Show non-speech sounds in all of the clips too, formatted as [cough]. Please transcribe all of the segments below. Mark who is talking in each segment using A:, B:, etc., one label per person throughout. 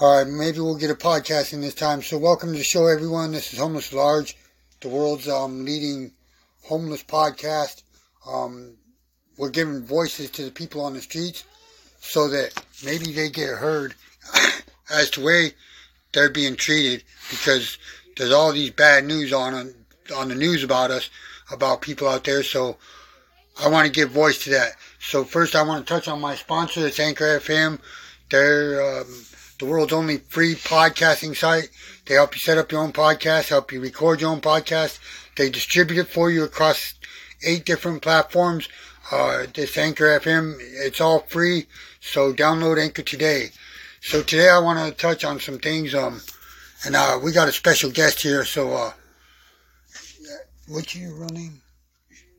A: All right, maybe we'll get a podcast in this time. So, welcome to the show, everyone. This is Homeless Large, the world's um, leading homeless podcast. Um, we're giving voices to the people on the streets so that maybe they get heard [coughs] as to where they're being treated because there's all these bad news on on the news about us, about people out there. So, I want to give voice to that. So, first, I want to touch on my sponsor, it's Anchor FM. They're. Um, the world's only free podcasting site. They help you set up your own podcast, help you record your own podcast. They distribute it for you across eight different platforms. Uh, this Anchor FM, it's all free. So download Anchor today. So today I want to touch on some things. Um, and uh, we got a special guest here. So, uh, what's your real name?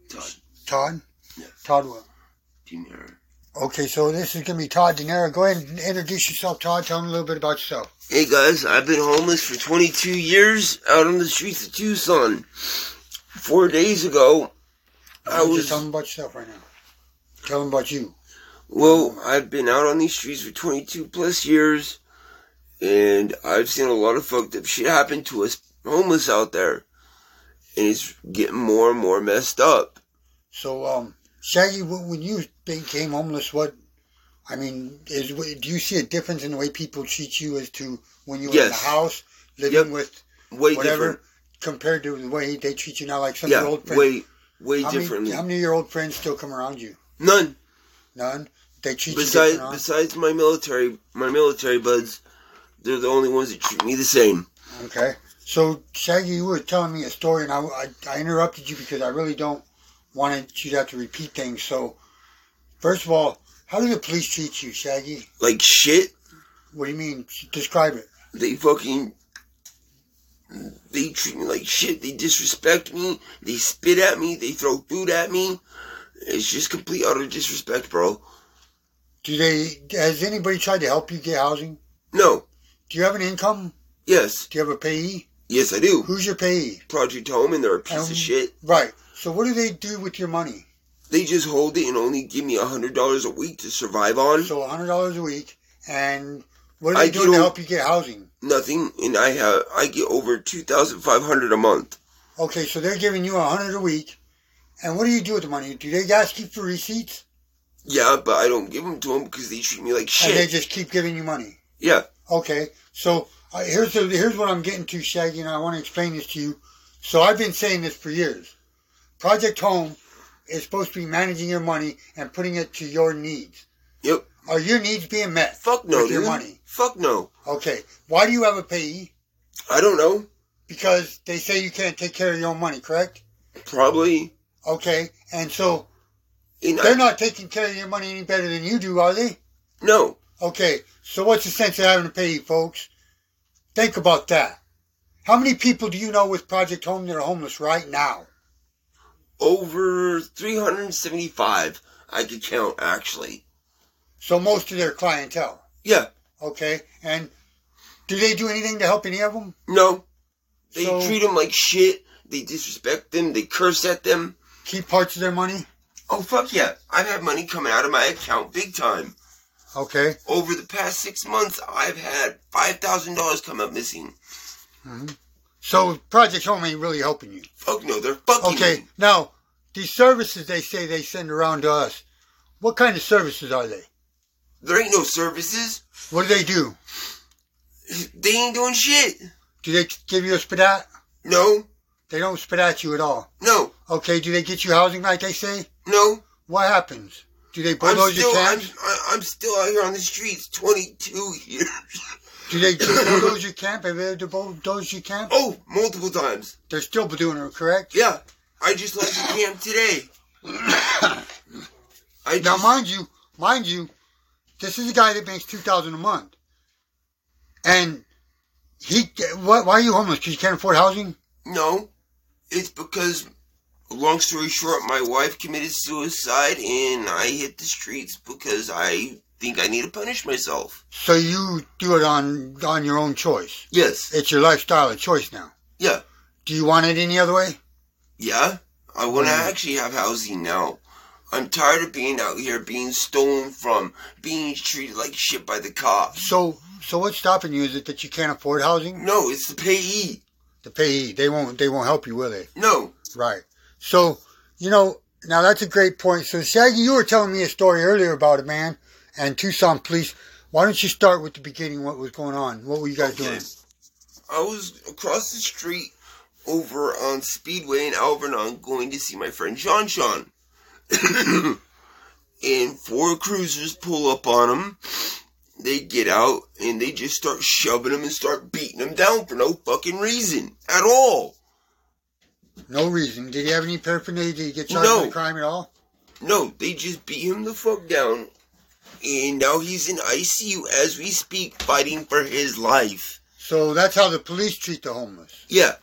B: Todd
A: Todd.
B: Yes.
A: Todd. What?
B: Jr.
A: Okay, so this is gonna be Todd Denaro. Go ahead and introduce yourself, Todd. Tell them a little bit about yourself.
B: Hey guys, I've been homeless for 22 years out on the streets of Tucson. Four days ago, I
A: Oh, Just
B: was
A: tell them about yourself right now. Tell them about you.
B: well. I've been out on these streets for 22 plus years, and I've seen a lot of fucked up shit happen to us homeless out there, and it's getting more and more messed up.
A: So, um, Shaggy, wh- when you became homeless, what I mean is, wh- do you see a difference in the way people treat you as to when you were in the
B: Yes.
A: house living
B: Yep.
A: with
B: Way
A: whatever
B: different.
A: compared to the way they treat you now? Like some of your
B: Yeah,
A: old friends,
B: way way
A: how, many,
B: differently.
A: how many of your old friends still come around you?
B: None.
A: None. They treat you
B: Besides
A: different. huh?
B: besides my military my military buds, they're the only ones that treat me the same.
A: Okay. So, Shaggy, you were telling me a story, and I, I, I interrupted you because I really don't want you to have to repeat things. So, first of all, how do the police treat you, Shaggy?
B: Like shit.
A: What do you mean? Describe it.
B: they fucking they treat me like shit. They disrespect me. They spit at me. They throw food at me. It's just complete utter disrespect, bro.
A: Do they? Has anybody tried to help you get housing?
B: No.
A: Do you have an income?
B: Yes.
A: Do you have a payee?
B: Yes, I do.
A: Who's your payee?
B: Project Home, and they're a piece
A: Um,
B: of shit.
A: Right. So what do they do with your money?
B: They just hold it and only give me a hundred dollars a week to survive on.
A: So hundred dollars a week, and what are
B: I
A: they doing to
B: do-
A: help you get housing?
B: Nothing, and I have I get over two thousand five hundred a month.
A: Okay, so they're giving you a hundred a week, and what do you do with the money? Do they guys keep the receipts,
B: Yeah, but I don't give them to them because they treat me like
A: and they
B: shit.
A: just keep giving you money?
B: Yeah.
A: Okay, so uh, here's the, here's what I'm getting to, Shaggy, and I want to explain this to you. So I've been saying this for years. Project Home is supposed to be managing your money and putting it to your needs.
B: Yep.
A: Are your needs being met?
B: Fuck no,
A: With your
B: dude.
A: money.
B: Fuck no.
A: Okay, why do you have a payee?
B: I don't know.
A: Because they say you can't take care of your own money, correct?
B: Probably.
A: Okay, and so
B: And I-
A: they're not taking care of your money any better than you do, are they?
B: No.
A: Okay, so what's the sense of having a payee, folks? Think about that. How many people do you know with Project Home that are homeless right now?
B: over 375 I could count actually.
A: So most of their clientele.
B: Yeah,
A: Okay, and do they do anything to help any of them?
B: no. They treat
A: So-
B: 'em treat them like shit. They disrespect them. They curse at them.
A: Keep parts of their money?
B: Oh fuck yeah. I've had money coming out of my account big time.
A: Okay.
B: Over the past 6 months, I've had $5,000 come up missing.
A: So Project Home ain't really helping you.
B: Fuck no, they're fucking
A: Okay,
B: me.
A: now these services they say they send around to us, what kind of services are they?
B: There ain't no services.
A: What do they do?
B: They ain't doing shit.
A: Do they give you a spit at?
B: No.
A: They don't spit at you at all.
B: No.
A: Okay, do they get you housing like they say?
B: No.
A: What happens? Do they
B: I'm
A: bulldoze
B: still
A: your
B: I'm,
A: camps?
B: I- I'm still out here on the streets 22 [laughs] years.
A: Do
B: [coughs]
A: they bulldoze your camp? Have they ever bulldozed your camp?
B: Oh, multiple times.
A: They're still doing it, correct?
B: Yeah, I just left the camp today. I
A: Now,
B: just,
A: mind you, mind you, this is a guy that makes two thousand a month, and he. Why, why are you homeless? Because you can't afford housing.
B: no, it's because, long story short, my wife committed suicide and I hit the streets because I think I need to punish myself.
A: So you do it on on your own choice.
B: Yes.
A: It's your lifestyle, a choice now.
B: Yeah.
A: Do you want it any other way?
B: Yeah. I want to
A: Mm.
B: actually have housing now. I'm tired of being out here, being stolen from, being treated like shit by the cops.
A: So, so what's stopping you? Is it that you can't afford housing?
B: No, it's the payee.
A: The payee, they won't, they won't help you, will they?
B: No.
A: Right. So, you know, now that's a great point. So, Shaggy, you were telling me a story earlier about a man and Tucson police. Why don't you start with the beginning? What was going on? What were you guys doing?
B: I was across the street over on Speedway in Alvernon going to see my friend Sean Sean. [coughs] and four cruisers pull up on him. They get out and they just start shoving him and start beating him down for no fucking reason at all.
A: No reason. Did he have any paraphernalia? Did he get charged
B: No.
A: with a crime at all?
B: No, they just beat him the fuck down. And now he's in ICU as we speak, fighting for his life.
A: So that's how the police treat the homeless.
B: Yeah,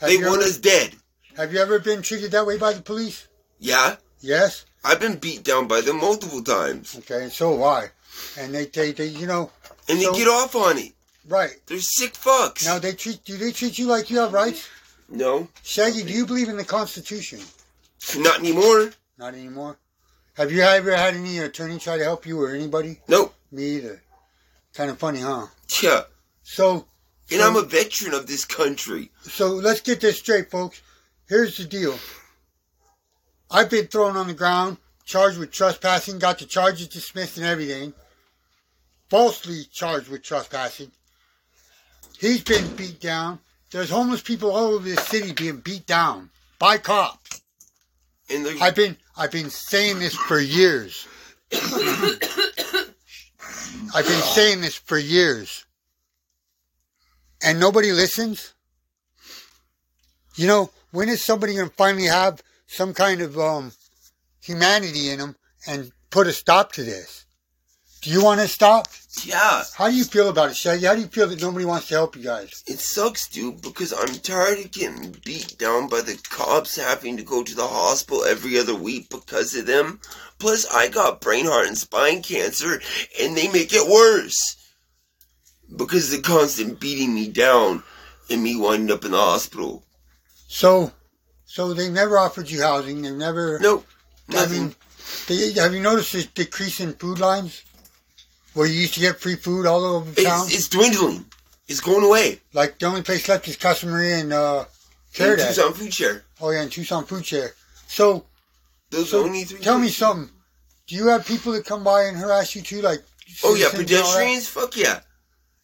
A: Have
B: they
A: you
B: want
A: ever,
B: us dead.
A: Have you ever been treated that way by the police?
B: Yeah,
A: Yes.
B: I've been beat down by them multiple times.
A: Okay. And so have I. And they, they, they, you know,
B: And
A: So-
B: they get off on it.
A: right
B: They're sick fucks.
A: now they treat do they treat you like you have rights?
B: No,
A: Shaggy, do you believe in the Constitution?
B: not anymore.
A: Not anymore. Have you ever had any attorney try to help you or anybody?
B: Nope.
A: Me either. Kind of funny, huh?
B: Yeah.
A: So,
B: And I'm a veteran of this country.
A: so let's get this straight, folks. Here's the deal. I've been thrown on the ground, charged with trespassing, got the charges dismissed and everything. Falsely charged with trespassing. He's been beat down. There's homeless people all over this city being beat down by cops.
B: And they're,
A: I've been I've been saying this for years. I've been saying this for years. And nobody listens. You know, when is somebody going to finally have some kind of um, humanity in them and put a stop to this? Do you want to stop?
B: yeah,
A: How do you feel about it, Shaggy? How do you feel that nobody wants to help you guys?
B: it sucks, dude, because I'm tired of getting beat down by the cops, having to go to the hospital every other week because of them. Plus, I got brain, heart, and spine cancer, and they make it worse. Because the constant beating me down and me winding up in the hospital.
A: So, so they never offered you housing. They've never.
B: Nope.
A: I
B: Nothing.
A: mean, they, have you noticed this decrease in food lines? Where you used to get free food all over town?
B: it's, it's dwindling. It's going away.
A: like, the only place left is customary and uh, Care
B: And
A: Dad.
B: Tucson Food Share.
A: Oh, yeah, and Tucson Food Share. So,
B: Those
A: so
B: are only three.
A: tell me
B: places.
A: something. Do you have people that come by and harass you too? Like,
B: Oh yeah,
A: citizens and all that?
B: pedestrians. Fuck yeah.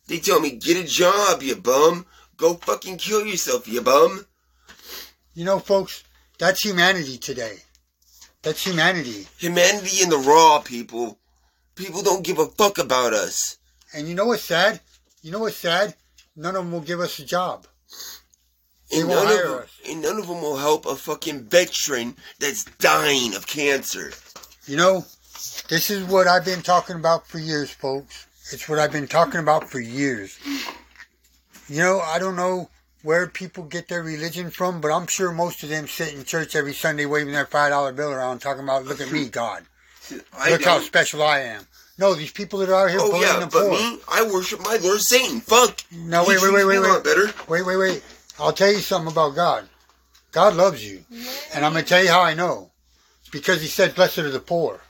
B: They tell me get a job, you bum. Go fucking kill yourself, you bum.
A: You know, folks, that's humanity today. That's humanity.
B: Humanity in the raw, people. People don't give a fuck about us.
A: And you know what's sad? You know what's sad? None of them will give us a job. They
B: And
A: will
B: none,
A: hire
B: of them,
A: us.
B: and none of them will help a fucking veteran that's dying of cancer.
A: You know, this is what I've been talking about for years, folks. It's what I've been talking about for years. You know, I don't know where people get their religion from, but I'm sure most of them sit in church every Sunday waving their $5 bill around talking about, look at me, God.
B: [laughs] I
A: Look how
B: don't-
A: special I am. No, these people that are out here
B: Oh
A: bullying
B: yeah,
A: the
B: but
A: poor.
B: me, I worship my Lord Satan. Fuck.
A: No, wait,
B: He
A: wait,
B: treats
A: wait,
B: me
A: wait,
B: a
A: wait.
B: lot better.
A: Wait, wait, wait. I'll tell you something about God. God loves you. And I'm going to tell you how I know. Because he said, blessed are the poor.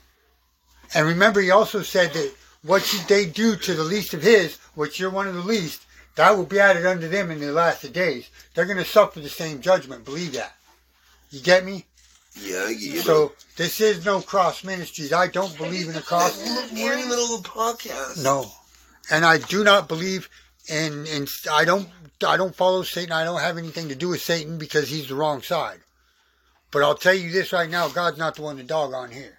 A: And remember, he also said that what you, they do to the least of his, which you're one of the least, that will be added unto them in the last of days. They're going to suffer the same judgment. Believe that. You get me?
B: Yeah, yeah.
A: So this is no cross ministries. I don't believe in a cross.
B: We're in the middle of a podcast.
A: No, and I do not believe in in I don't I don't follow Satan. I don't have anything to do with Satan because he's the wrong side. But I'll tell you this right now: God's not the one to dog on here.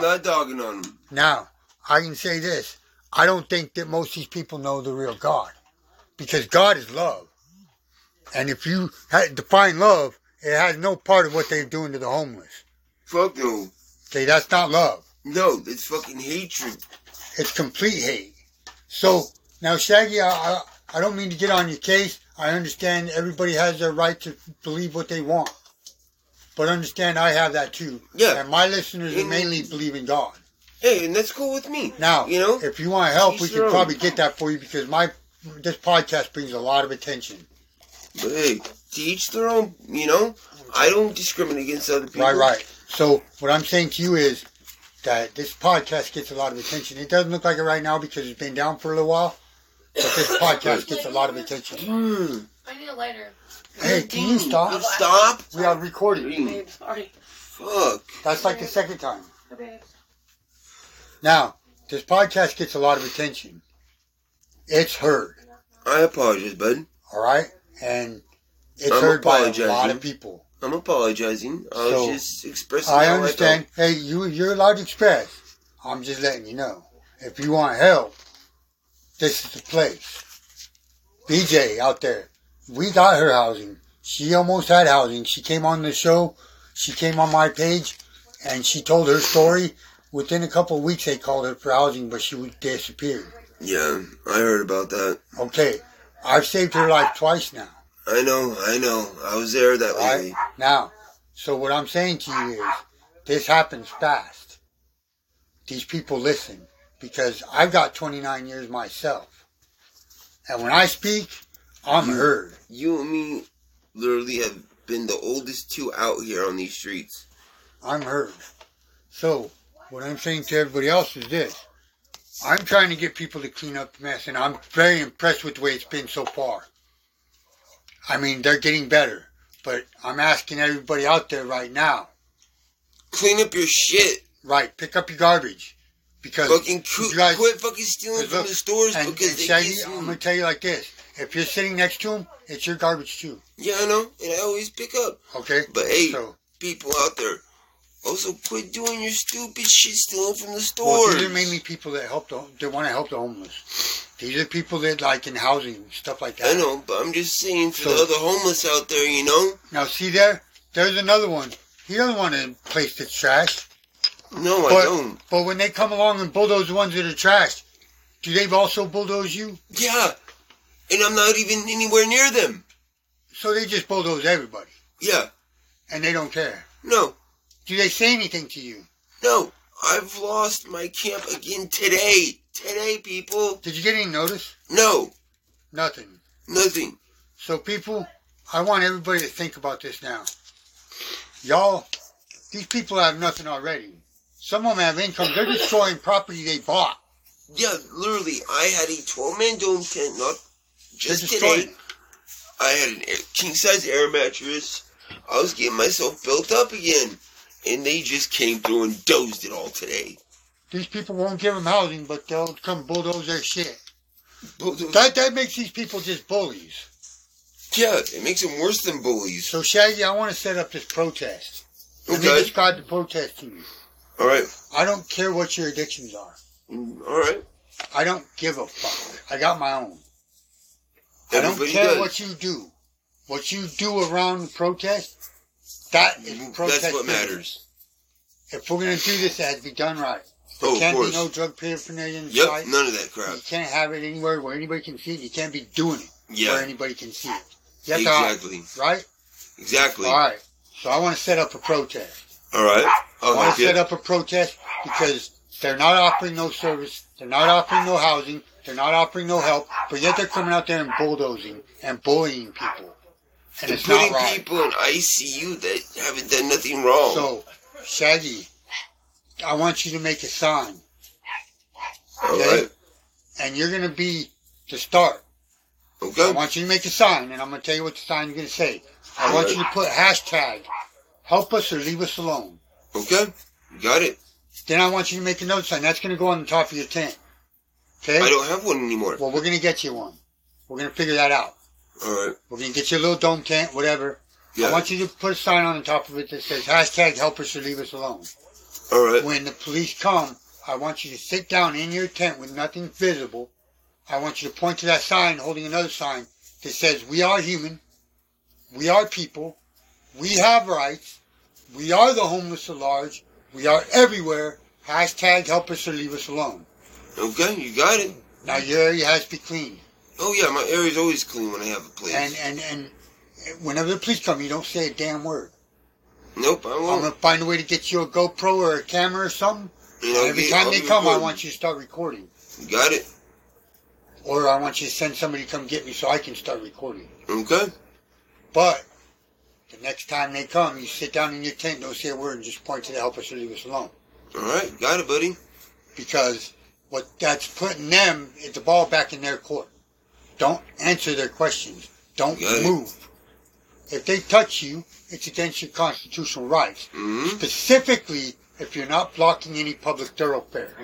A: Now,
B: not dogging on him.
A: now I can say this: I don't think that most of these people know the real God, because God is love, and if you ha- define love, it has no part of what they're doing to the homeless.
B: Fuck no.
A: Okay, that's not love.
B: No, it's fucking hatred.
A: It's complete hate. So now, Shaggy, I, I I don't mean to get on your case. I understand everybody has their right to believe what they want, but understand I have that too.
B: Yeah.
A: And my listeners
B: You-
A: mainly believe in God.
B: Hey, and that's cool with me.
A: Now,
B: you know,
A: if you want help,
B: Each
A: we
B: their
A: can
B: own.
A: probably get that for you because my this podcast brings a lot of attention.
B: Mm-hmm. but hey, to each their own. You know, I don't discriminate against other people.
A: Right, right. So what I'm saying to you is that this podcast gets a lot of attention. It doesn't look like it right now because it's been down for a little while, but
B: [coughs]
A: this podcast gets a lot of attention.
B: Mm.
C: I need a lighter.
A: Hey, can you stop?
B: Stop.
A: We are recording.
B: Mm.
C: Babe, sorry.
B: Fuck.
A: That's like the second time.
C: Oh, babe.
A: Now, this podcast gets a lot of attention. It's heard,
B: I apologize, bud.
A: all right? And it's
B: I'm
A: heard by a lot
B: apologizing.
A: of people.
B: I'm apologizing. I was
A: So,
B: just expressing.
A: I
B: how
A: understand. Hey, you, you're allowed to express. I'm just letting you know. If you want help, this is the place. BJ out there, we got her housing. She almost had housing. She came on the show. She came on my page and she told her story. Within a couple of weeks, they called her for housing, but she was disappeared.
B: felt. Yeah, I heard about that.
A: Okay, I've saved her life twice now.
B: I know. I know. I was there that
A: Right.
B: lady.
A: Now, so what I'm saying to you is, this happens fast. These people listen because I've got 29 years myself, and when I speak, I'm heard.
B: You and me literally have been the oldest two out here on these streets.
A: I'm heard. So what I'm saying to everybody else is this: I'm trying to get people to clean up the mess, and I'm very impressed with the way it's been so far. I mean, they're getting better, but I'm asking everybody out there right now.
B: Clean up your shit.
A: Right, pick up your garbage. Because
B: Fucking cu-
A: you guys-
B: quit fucking stealing from
A: look,
B: the stores
A: and,
B: because
A: and
B: they
A: Shaggy,
B: get
A: I'm
B: you.
A: gonna tell you like this: if you're sitting next to him, it's your garbage too.
B: Yeah, I know. And I always pick up.
A: Okay.
B: But hey,
A: so
B: people out there, also quit doing your stupid shit stealing from the
A: well,
B: stores.
A: these are mainly people that help the that want to help the homeless. These are people that like in housing stuff like that.
B: I know, but I'm just saying for the
A: So-
B: other homeless out there, you know?
A: Now see there, there's another one. He doesn't want to place the trash,
B: No, I
A: But-
B: don't.
A: but when they come along and bulldoze the ones that are trashed, do they also bulldoze you?
B: Yeah. And I'm not even anywhere near them.
A: So they just bulldoze everybody,
B: Yeah.
A: and they don't care.
B: No.
A: Do they say anything to you?
B: No. I've lost my camp again today. Today, people.
A: Did you get any notice?
B: No.
A: Nothing.
B: Nothing.
A: So, people, I want everybody to think about this now. Y'all, these people have nothing already. Some of them have income. They're destroying property they bought.
B: Yeah, literally, I had a 12 man dome tent, not
A: They're
B: just today.
A: destroying.
B: I had an king size air mattress. I was getting myself built up again. And they just came through and dozed it all today.
A: These people won't give them housing, but they'll come bulldoze their shit.
B: Bulldoze-
A: That that makes these people just bullies.
B: Yeah, it makes them worse than bullies.
A: So, Shaggy, I want to set up this protest. Let me
B: Okay.
A: describe the protest to you.
B: Alright.
A: I don't care what your addictions are.
B: Alright.
A: I don't give a fuck. I got my own. I don't
B: Everybody
A: care
B: does.
A: what you do. What you do around the protest, that is protest.
B: Mm-hmm. That's what matters.
A: If we're gonna do this, it has to be done right. There
B: Oh, of
A: can't be
B: course.
A: no drug paraphernalia
B: yep,
A: inside.
B: none of that crap.
A: You can't have it anywhere where anybody can see it. You can't be doing it where
B: Yeah,
A: anybody can see it. You have to hide,
B: exactly.
A: right?
B: Exactly.
A: All right. So I want to set up a protest.
B: Alright.
A: I uh,
B: I'll
A: want
B: help
A: to set
B: you.
A: up a protest because they're not offering no service. They're not offering no housing. They're not offering no help. But yet they're coming out there and bulldozing and bullying people. And
B: And
A: it's not
B: putting
A: right.
B: people in ICU that haven't done nothing wrong.
A: So, Shaggy, I want you to make a sign,
B: Alright.
A: and you're gonna be the start. I
B: Okay.
A: want you to make a sign, and I'm gonna tell you what the sign is gonna say. I want you to put hashtag help us or leave us alone.
B: Okay. Got it.
A: Then I want you to make another sign. That's gonna go on the top of your tent. Okay?
B: I don't have one anymore.
A: Well, we're gonna get you one. We're gonna figure that out.
B: Alright.
A: We're gonna get you a little dome tent, whatever.
B: Yeah.
A: I want you to put a sign on the top of it that says hashtag help us or leave us alone.
B: Alright.
A: when the police come, I want you to sit down in your tent with nothing visible. I want you to point to that sign holding another sign that says, We are human. We are people. We have rights. We are the homeless at large. We are everywhere. Hashtag help us or leave us alone.
B: Okay, you got it.
A: Now your area has to be clean.
B: Oh yeah, my area's always clean when I have a place.
A: And, and, and whenever the police come, you don't say a damn word.
B: nope, I
A: I'm
B: won't.
A: going to find a way to get you a GoPro or a camera or something.
B: You know,
A: And every
B: I'll
A: time
B: be
A: they come, I
B: recording.
A: want you to start recording.
B: You got it.
A: or I want you to send somebody to come get me so I can start recording.
B: Okay.
A: But The next time they come, you sit down in your tent, don't say a word, and just point to the helpers to leave us alone.
B: All right, got it, buddy.
A: Because what that's putting them is the ball back in their court. Don't answer their questions. Don't
B: Got it.
A: move. If they touch you, it's against your constitutional rights.
B: hmm
A: Specifically, if you're not blocking any public thoroughfare.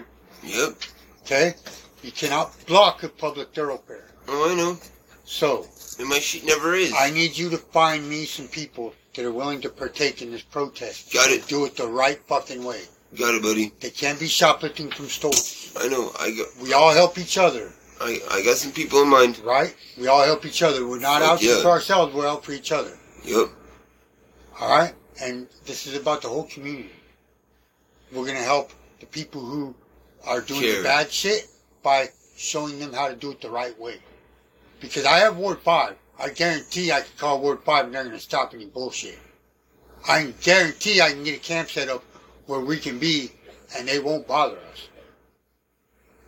B: Yep.
A: Okay? You cannot block a public thoroughfare.
B: Oh, I know.
A: So,
B: And my shit never is.
A: I need you to find me some people that are willing to partake in this protest.
B: Got it.
A: Do it the right fucking way.
B: Got it, buddy.
A: They can't be shoplifting from stores.
B: I know. I got.
A: We all help each other,
B: I, I got some people in mind.
A: right? We all help each other. We're not
B: Fuck
A: out just
B: yeah.
A: for ourselves, we're out for each other.
B: Yep.
A: All right? And this is about the whole community. We're going to help the people who are doing the
B: Care.
A: bad shit by showing them how to do it the right way. Because I have Ward 5. I guarantee I can call Ward 5 and they're going to stop any bullshit. I can guarantee I can get a camp set up where we can be and they won't bother us.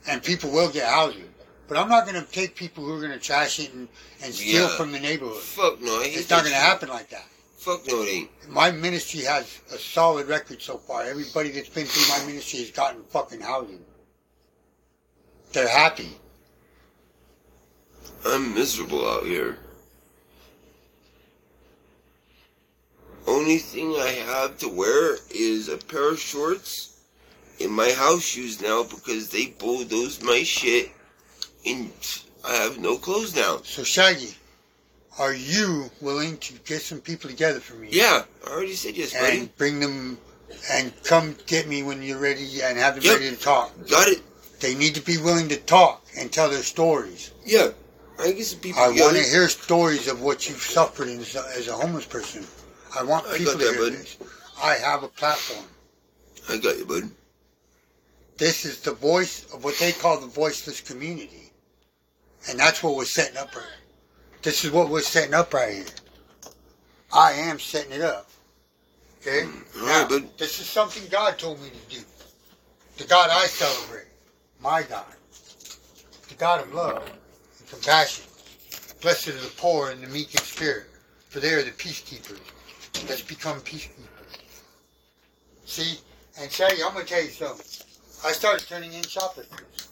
A: And people will get housing. But I'm not going to take people who are going to trash it and, and steal
B: Yeah.
A: from the neighborhood.
B: Fuck no. I hate
A: It's not
B: that
A: going to
B: shit.
A: happen like that
B: Fuck no, it ain't.
A: my ministry has a solid record so far. Everybody that's been through my ministry has gotten fucking housing. They're happy.
B: I'm miserable out here. Only thing I have to wear is a pair of shorts and my house shoes now because they bulldozed my shit and I have no clothes now.
A: So Shaggy, are you willing to get some people together for me?
B: Yeah, I already said yes, buddy.
A: And bring them and come get me when you're ready and have them
B: Yep.
A: ready to talk.
B: Got it?
A: They need to be willing to talk and tell their stories.
B: Yeah. I get some people
A: I want
B: together.
A: to hear stories of what you've suffered as a, as a homeless person. I want
B: I got
A: people to
B: that,
A: hear
B: buddy.
A: this. I have a platform.
B: I got you, bud.
A: This is the voice of what they call the voiceless community. And that's what we're setting up right This is what we're setting up right here. I am setting it up. Okay?
B: Mm, All right,
A: Now,
B: bud.
A: this is something God told me to do. The God I celebrate. My God. The God of love and compassion. Blessed are the poor and the meek in spirit, for they are the peacekeepers. Let's become peacekeepers. See? And Shaggy, I'm going to tell you something. I started turning in shoplifters.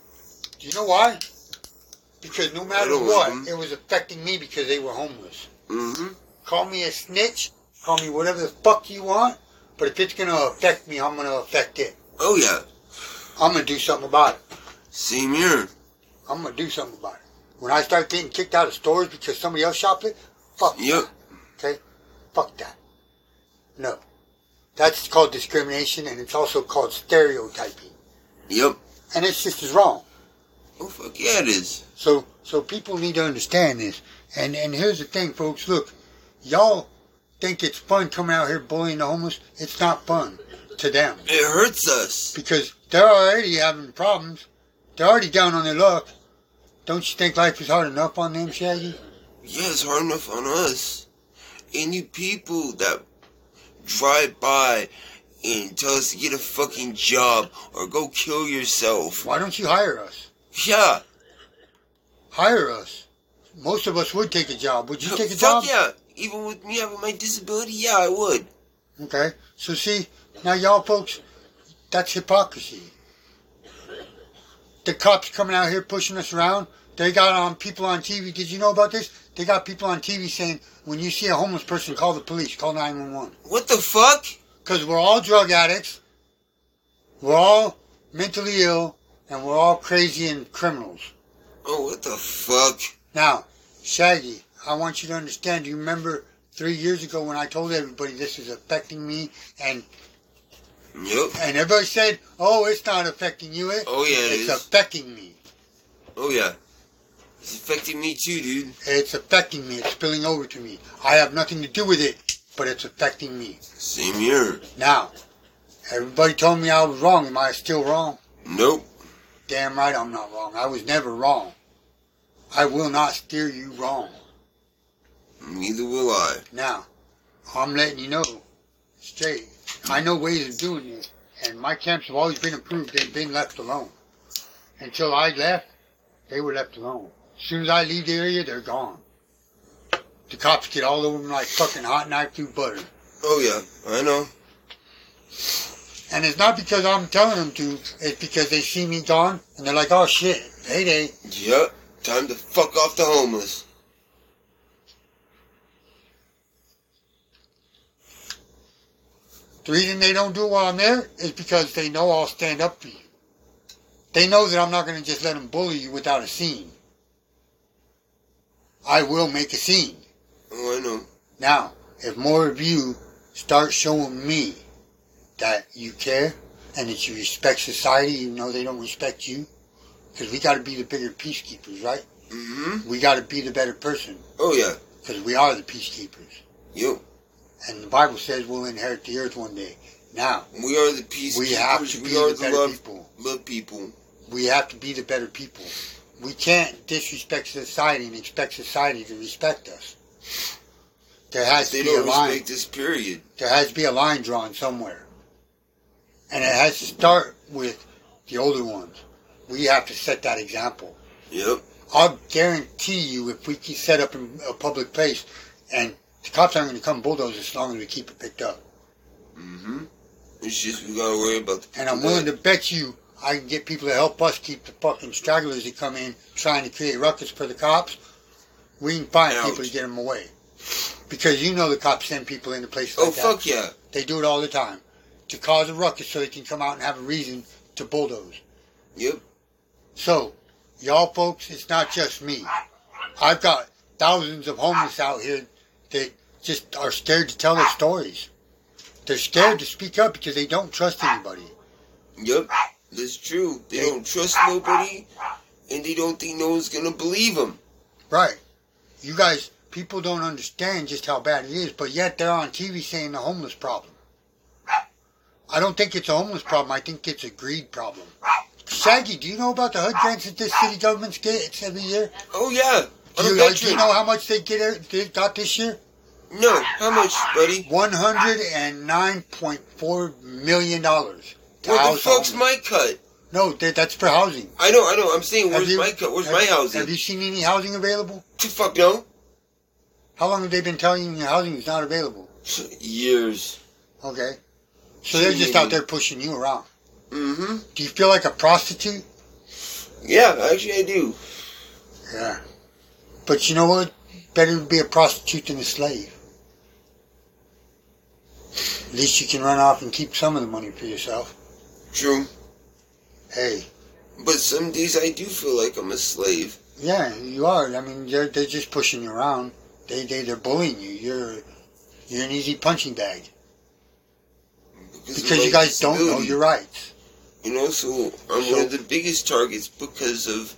A: Do you know why? Because no matter
B: don't
A: what,
B: like 'em.
A: it was affecting me because they were homeless.
B: Mm-hmm.
A: Call me a snitch, call me whatever the fuck you want, but if it's gonna affect me, I'm gonna affect it.
B: Oh, yeah.
A: I'm gonna do something about it.
B: Same here.
A: I'm gonna do something about it. When I start getting kicked out of stores because somebody else shopped it, fuck
B: Yep.
A: Okay? Fuck that. No. That's called discrimination and it's also called stereotyping.
B: Yep.
A: And it's just as wrong.
B: Oh, fuck yeah, it is.
A: So so people need to understand this. And and here's the thing, folks. Look, y'all think it's fun coming out here bullying the homeless. It's not fun to them
B: It hurts us.
A: because they're already having problems. They're already down on their luck. Don't you think life is hard enough on them, Shaggy?
B: Yeah, it's hard enough on us. And you people that drive by and tell us to get a fucking job or go kill yourself.
A: Why don't you hire us?
B: Yeah.
A: Hire us. Most of us would take a job. Would you take a job?
B: Fuck yeah. Even with me having my disability, yeah, I would.
A: Okay. So see, now y'all folks, that's hypocrisy. The cops coming out here pushing us around. They got on people on TV. Did you know about this? They got people on TV saying, when you see a homeless person, call the police, call 911.
B: What the fuck?
A: Because we're all drug addicts. We're all mentally ill. And we're all crazy and criminals.
B: Oh, what the fuck?
A: Now, Shaggy, I want you to understand. Do you remember three years ago when I told everybody this is affecting me and
B: Yep.
A: And everybody said, "Oh, it's not affecting you. It,
B: Oh, yeah, it
A: it's
B: is.
A: affecting me.
B: Oh, yeah. It's affecting me too, dude.
A: It's affecting me. It's spilling over to me. I have nothing to do with it, but it's affecting me."
B: Same here.
A: Now, everybody told me I was wrong. Am I still wrong?
B: Nope.
A: Damn right, I'm not wrong. I was never wrong. I will not steer you wrong.
B: Neither will I.
A: Now, I'm letting you know straight. I know ways of doing this, and my camps have always been approved. They've been left alone. Until I left, they were left alone. As soon as I leave the area, they're gone. The cops get all over them like fucking hot knife through butter.
B: Oh yeah, I know.
A: And it's not because I'm telling them to, it's because they see me gone and they're like, oh shit, payday.
B: Yep. Time to fuck off the homeless.
A: The reason they don't do it while I'm there is because they know I'll stand up for you. They know that I'm not going to just let them bully you without a scene. I will make a scene.
B: Oh, I know.
A: Now, if more of you start showing me that you care and that you respect society, even though they don't respect you, because we got to be the bigger peacekeepers, right?
B: Mm-hmm.
A: We got to be the better person,
B: Oh yeah.
A: because we are the peacekeepers.
B: Yep.
A: And the Bible says we'll inherit the earth one day. Now,
B: We are the peace.
A: we have to be
B: We are
A: the
B: the
A: better
B: love,
A: people.
B: love people.
A: we have to be the better people. We can't disrespect society and expect society to respect us. There has
B: They
A: to be a
B: don't
A: line.
B: respect this period.
A: There has to be a line drawn somewhere, and it has to start with the older ones. We have to set that example.
B: Yep.
A: I'll guarantee you, if we can set up in a public place, and the cops aren't going to come bulldoze us as long as we keep it picked up.
B: Mm-hmm. It's just we gotta worry about the.
A: And I'm willing to bet you I can get people to help us keep the fucking stragglers that come in trying to create ruckus for the cops. We can find
B: Ouch.
A: people to get them away. Because you know the cops send people into places
B: Oh
A: like that.
B: fuck yeah!
A: They do it all the time. To cause a ruckus so they can come out and have a reason to bulldoze.
B: Yep.
A: So, y'all folks, it's not just me. I've got thousands of homeless out here that just are scared to tell their stories. They're scared to speak up because they don't trust anybody.
B: Yep. That's true. They don't trust nobody, and they don't think no one's gonna believe them.
A: Right. You guys, people don't understand just how bad it is, but yet they're on TV saying the homeless problem. I don't think it's a homeless problem. I think it's a greed problem. Shaggy, do you know about the HUD grants that this city government gets every year?
B: Oh yeah.
A: Do
B: I'm a
A: you, like, do you
B: veteran.
A: know how much they get er- they got this year?
B: No. How much, buddy?
A: One hundred and nine point four million dollars. to
B: Where the
A: house
B: fuck's
A: homeless.
B: my cut?
A: No, that, that's for housing.
B: I know. I know. I'm saying
A: Have
B: where's
A: you-
B: my cut? Where's
A: have-
B: my
A: Have
B: housing?
A: you seen any housing available?
B: Too fuck no.
A: How long have they been telling you housing is not available?
B: [laughs] Years.
A: Okay. So they're just out there pushing you around.
B: Mm-hmm.
A: Do you feel like a prostitute?
B: Yeah, actually I do.
A: Yeah. But you know what? Better to be a prostitute than a slave. At least you can run off and keep some of the money for yourself.
B: True.
A: Hey,
B: But some days I do feel like I'm a slave.
A: yeah, you are. I mean, they're, they're just pushing you around. They, they, they're bullying you. You're, you're an easy punching bag.
B: of
A: Because you
B: my
A: guys don't know
B: disability.
A: your rights.
B: You know, so I'm
A: So-
B: one of the biggest targets because of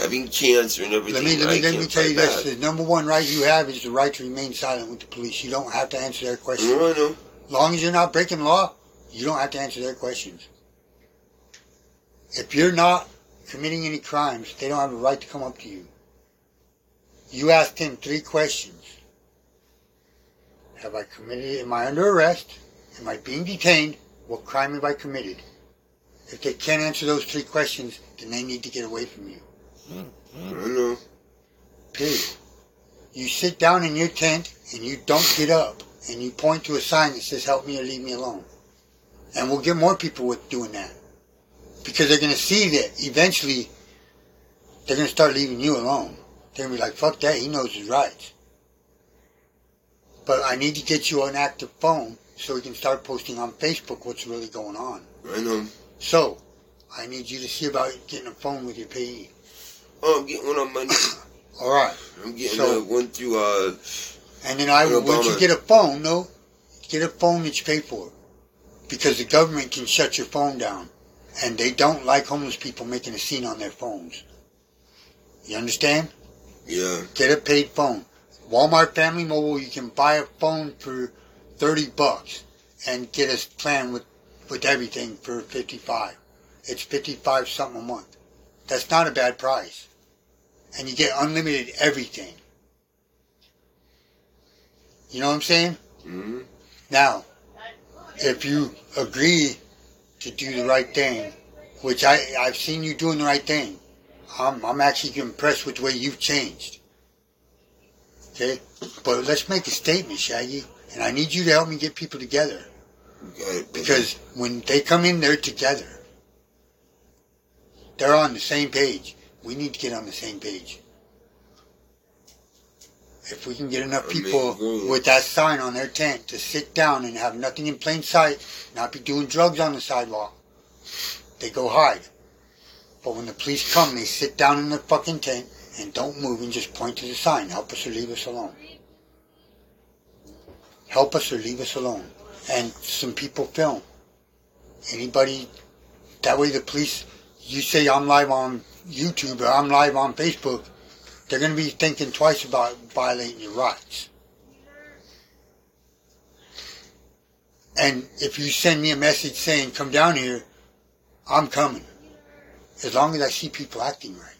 B: having cancer and everything.
A: Let me, let
B: and
A: me,
B: I
A: let me
B: can't
A: tell you
B: fight
A: this.
B: back.
A: The number one right you have is the right to remain silent with the police. You don't have to answer their questions.
B: No, I know.
A: long as you're not breaking law, you don't have to answer their questions. If you're not committing any crimes, they don't have a right to come up to you. You asked him three questions. Have I committed, am I under arrest? Am I being detained? What crime have I committed? If they can't answer those three questions, then they need to get away from you.
B: I know.
A: Period. You sit down in your tent and you don't get up and you point to a sign that says help me or leave me alone. And we'll get more people with doing that. Because they're gonna see that eventually they're gonna start leaving you alone. They're gonna be like, fuck that, he knows his rights. But I need to get you an active phone so we can start posting on Facebook what's really going on.
B: I know.
A: So I need you to see about getting a phone with your E. PE.
B: Oh, I'm getting one on Monday.
A: Alright.
B: I'm getting
A: So-
B: uh, one through, uh,
A: And then I
B: What
A: will,
B: about
A: once you
B: it?
A: get a phone, no, get a phone that you pay for. Because the government can shut your phone down. And they don't like homeless people making a scene on their phones. You understand?
B: yeah.
A: Get a paid phone. Walmart Family Mobile, you can buy a phone for 30 bucks and get a plan with, with everything for 55. It's 55 something a month. That's not a bad price. And you get unlimited everything. You know what I'm saying?
B: Mm-hmm.
A: Now, if you agree to do the right thing, which I, I've seen you doing the right thing, I'm, I'm actually impressed with the way you've changed. Okay? But let's make a statement, Shaggy. And I need you to help me get people together. Because when they come in, they're together. They're on the same page. We need to get on the same page. If we can get enough
B: I
A: people
B: agree.
A: with that sign on their tent to sit down and have nothing in plain sight, not be doing drugs on the sidewalk, they go hide. But when the police come, they sit down in their fucking tent and don't move and just point to the sign. Help us or leave us alone. Help us or leave us alone. And some people film. Anybody, that way the police, you say I'm live on YouTube or I'm live on Facebook, they're going to be thinking twice about violating your rights. And if you send me a message saying, come down here, I'm coming. As long as I see people acting right.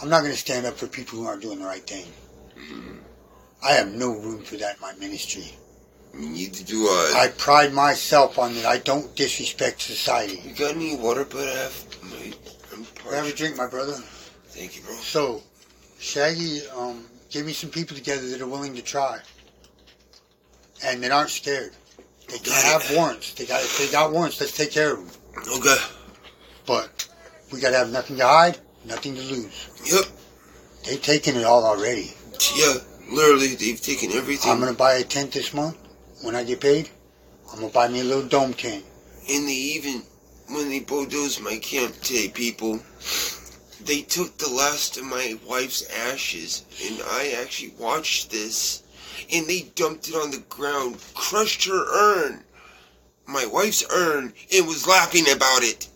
A: I'm not going to stand up for people who aren't doing the right thing.
B: Mm-hmm.
A: I have no room for that in my ministry.
B: Neither do uh, I.
A: I pride myself on that I don't disrespect society.
B: You got any water, but I have. My, I'm
A: Grab a
B: parched.
A: drink, my brother.
B: Thank you, bro.
A: So, Shaggy, um, give me some people together that are willing to try, and that aren't scared. They can have warrants. They got if they got warrants. Let's take care of them.
B: Okay.
A: But we gotta have nothing to hide, nothing to lose.
B: Yep.
A: They've taken it all already.
B: Yeah. Literally, they've taken everything.
A: I'm gonna buy a tent this month. When I get paid, I'm gonna buy me a little dome tent.
B: And they even, when they bulldozed my camp today, people, they took the last of my wife's ashes, and I actually watched this, and they dumped it on the ground, crushed her urn, my wife's urn, and was laughing about it.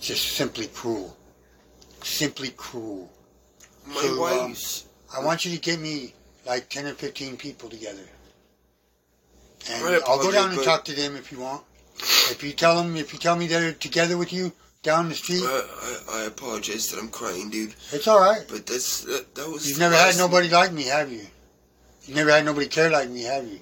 A: Just simply cruel. Simply cruel.
B: My
A: So, um,
B: wife's.
A: I want you to get me like ten or fifteen people together, and
B: Right,
A: I'll go
B: Roger,
A: down and
B: but-
A: talk to them if you want. If you tell them, if you tell me they're together with you down the street,
B: I, I, I apologize that I'm crying, dude,
A: it's all right.
B: but that's that, that was.
A: You've
B: the
A: never had
B: last-
A: nobody like me, have you? You never had nobody care like me, have you?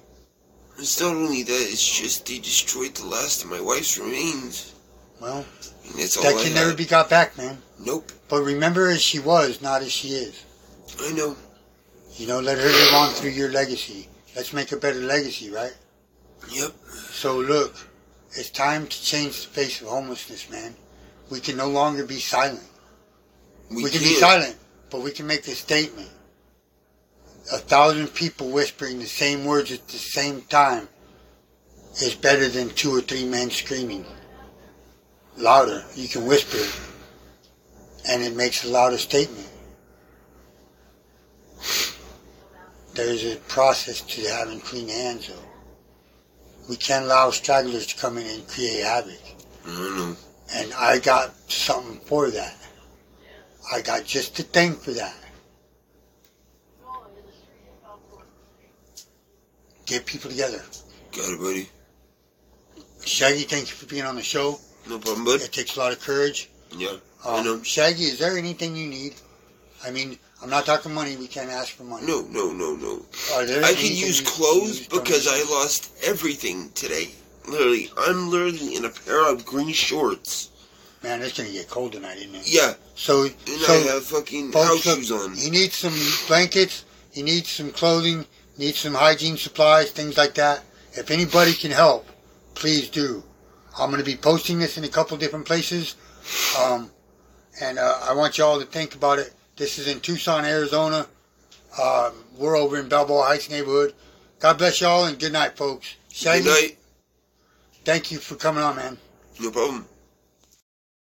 B: It's not only that; it's just they destroyed the last of my wife's remains,
A: Well,
B: and that's all
A: that
B: I
A: can
B: had.
A: never be got back, man.
B: Nope,
A: But remember, as she was, not as she is.
B: I know.
A: You know, let her live on through your legacy. Let's make a better legacy, right?
B: Yep.
A: So look, it's time to change the face of homelessness, man. We can no longer be silent. We, can be
B: can't.
A: silent, but we can make a statement. A thousand people whispering the same words at the same time is better than two or three men screaming. Louder, you can whisper, and it makes a louder statement. There's a process to having clean hands, though. We can't allow stragglers to come in and create havoc
B: I don't know.
A: and I got something for that. I got just the thing for that. Get people together.
B: Got it, buddy.
A: Shaggy, thank you for being on the show.
B: No problem, bud.
A: It takes a lot of courage.
B: Yeah. I know.
A: Um, Shaggy, is there anything you need? I mean, I'm not talking money. We can't ask for money.
B: No, no, no, no.
A: Are there
B: I can
A: anything
B: use
A: you-
B: clothes
A: you use
B: because
A: from-
B: I lost everything today. Literally, I'm literally in a pair of green shorts.
A: Man, it's gonna get cold tonight, isn't it?
B: Yeah,
A: So,
B: and
A: so
B: I have fucking house
A: Folks,
B: shoes
A: look,
B: on.
A: He needs some blankets. He needs some clothing. Needs some hygiene supplies, things like that. If anybody can help, please do. I'm going to be posting this in a couple different places, um, and uh, I want y'all to think about it. This is in Tucson, Arizona. Um, we're over in Balboa Heights neighborhood. God bless y'all and good night, folks.
B: Good
A: Shaggy,
B: night.
A: thank you for coming on, man.
B: No problem.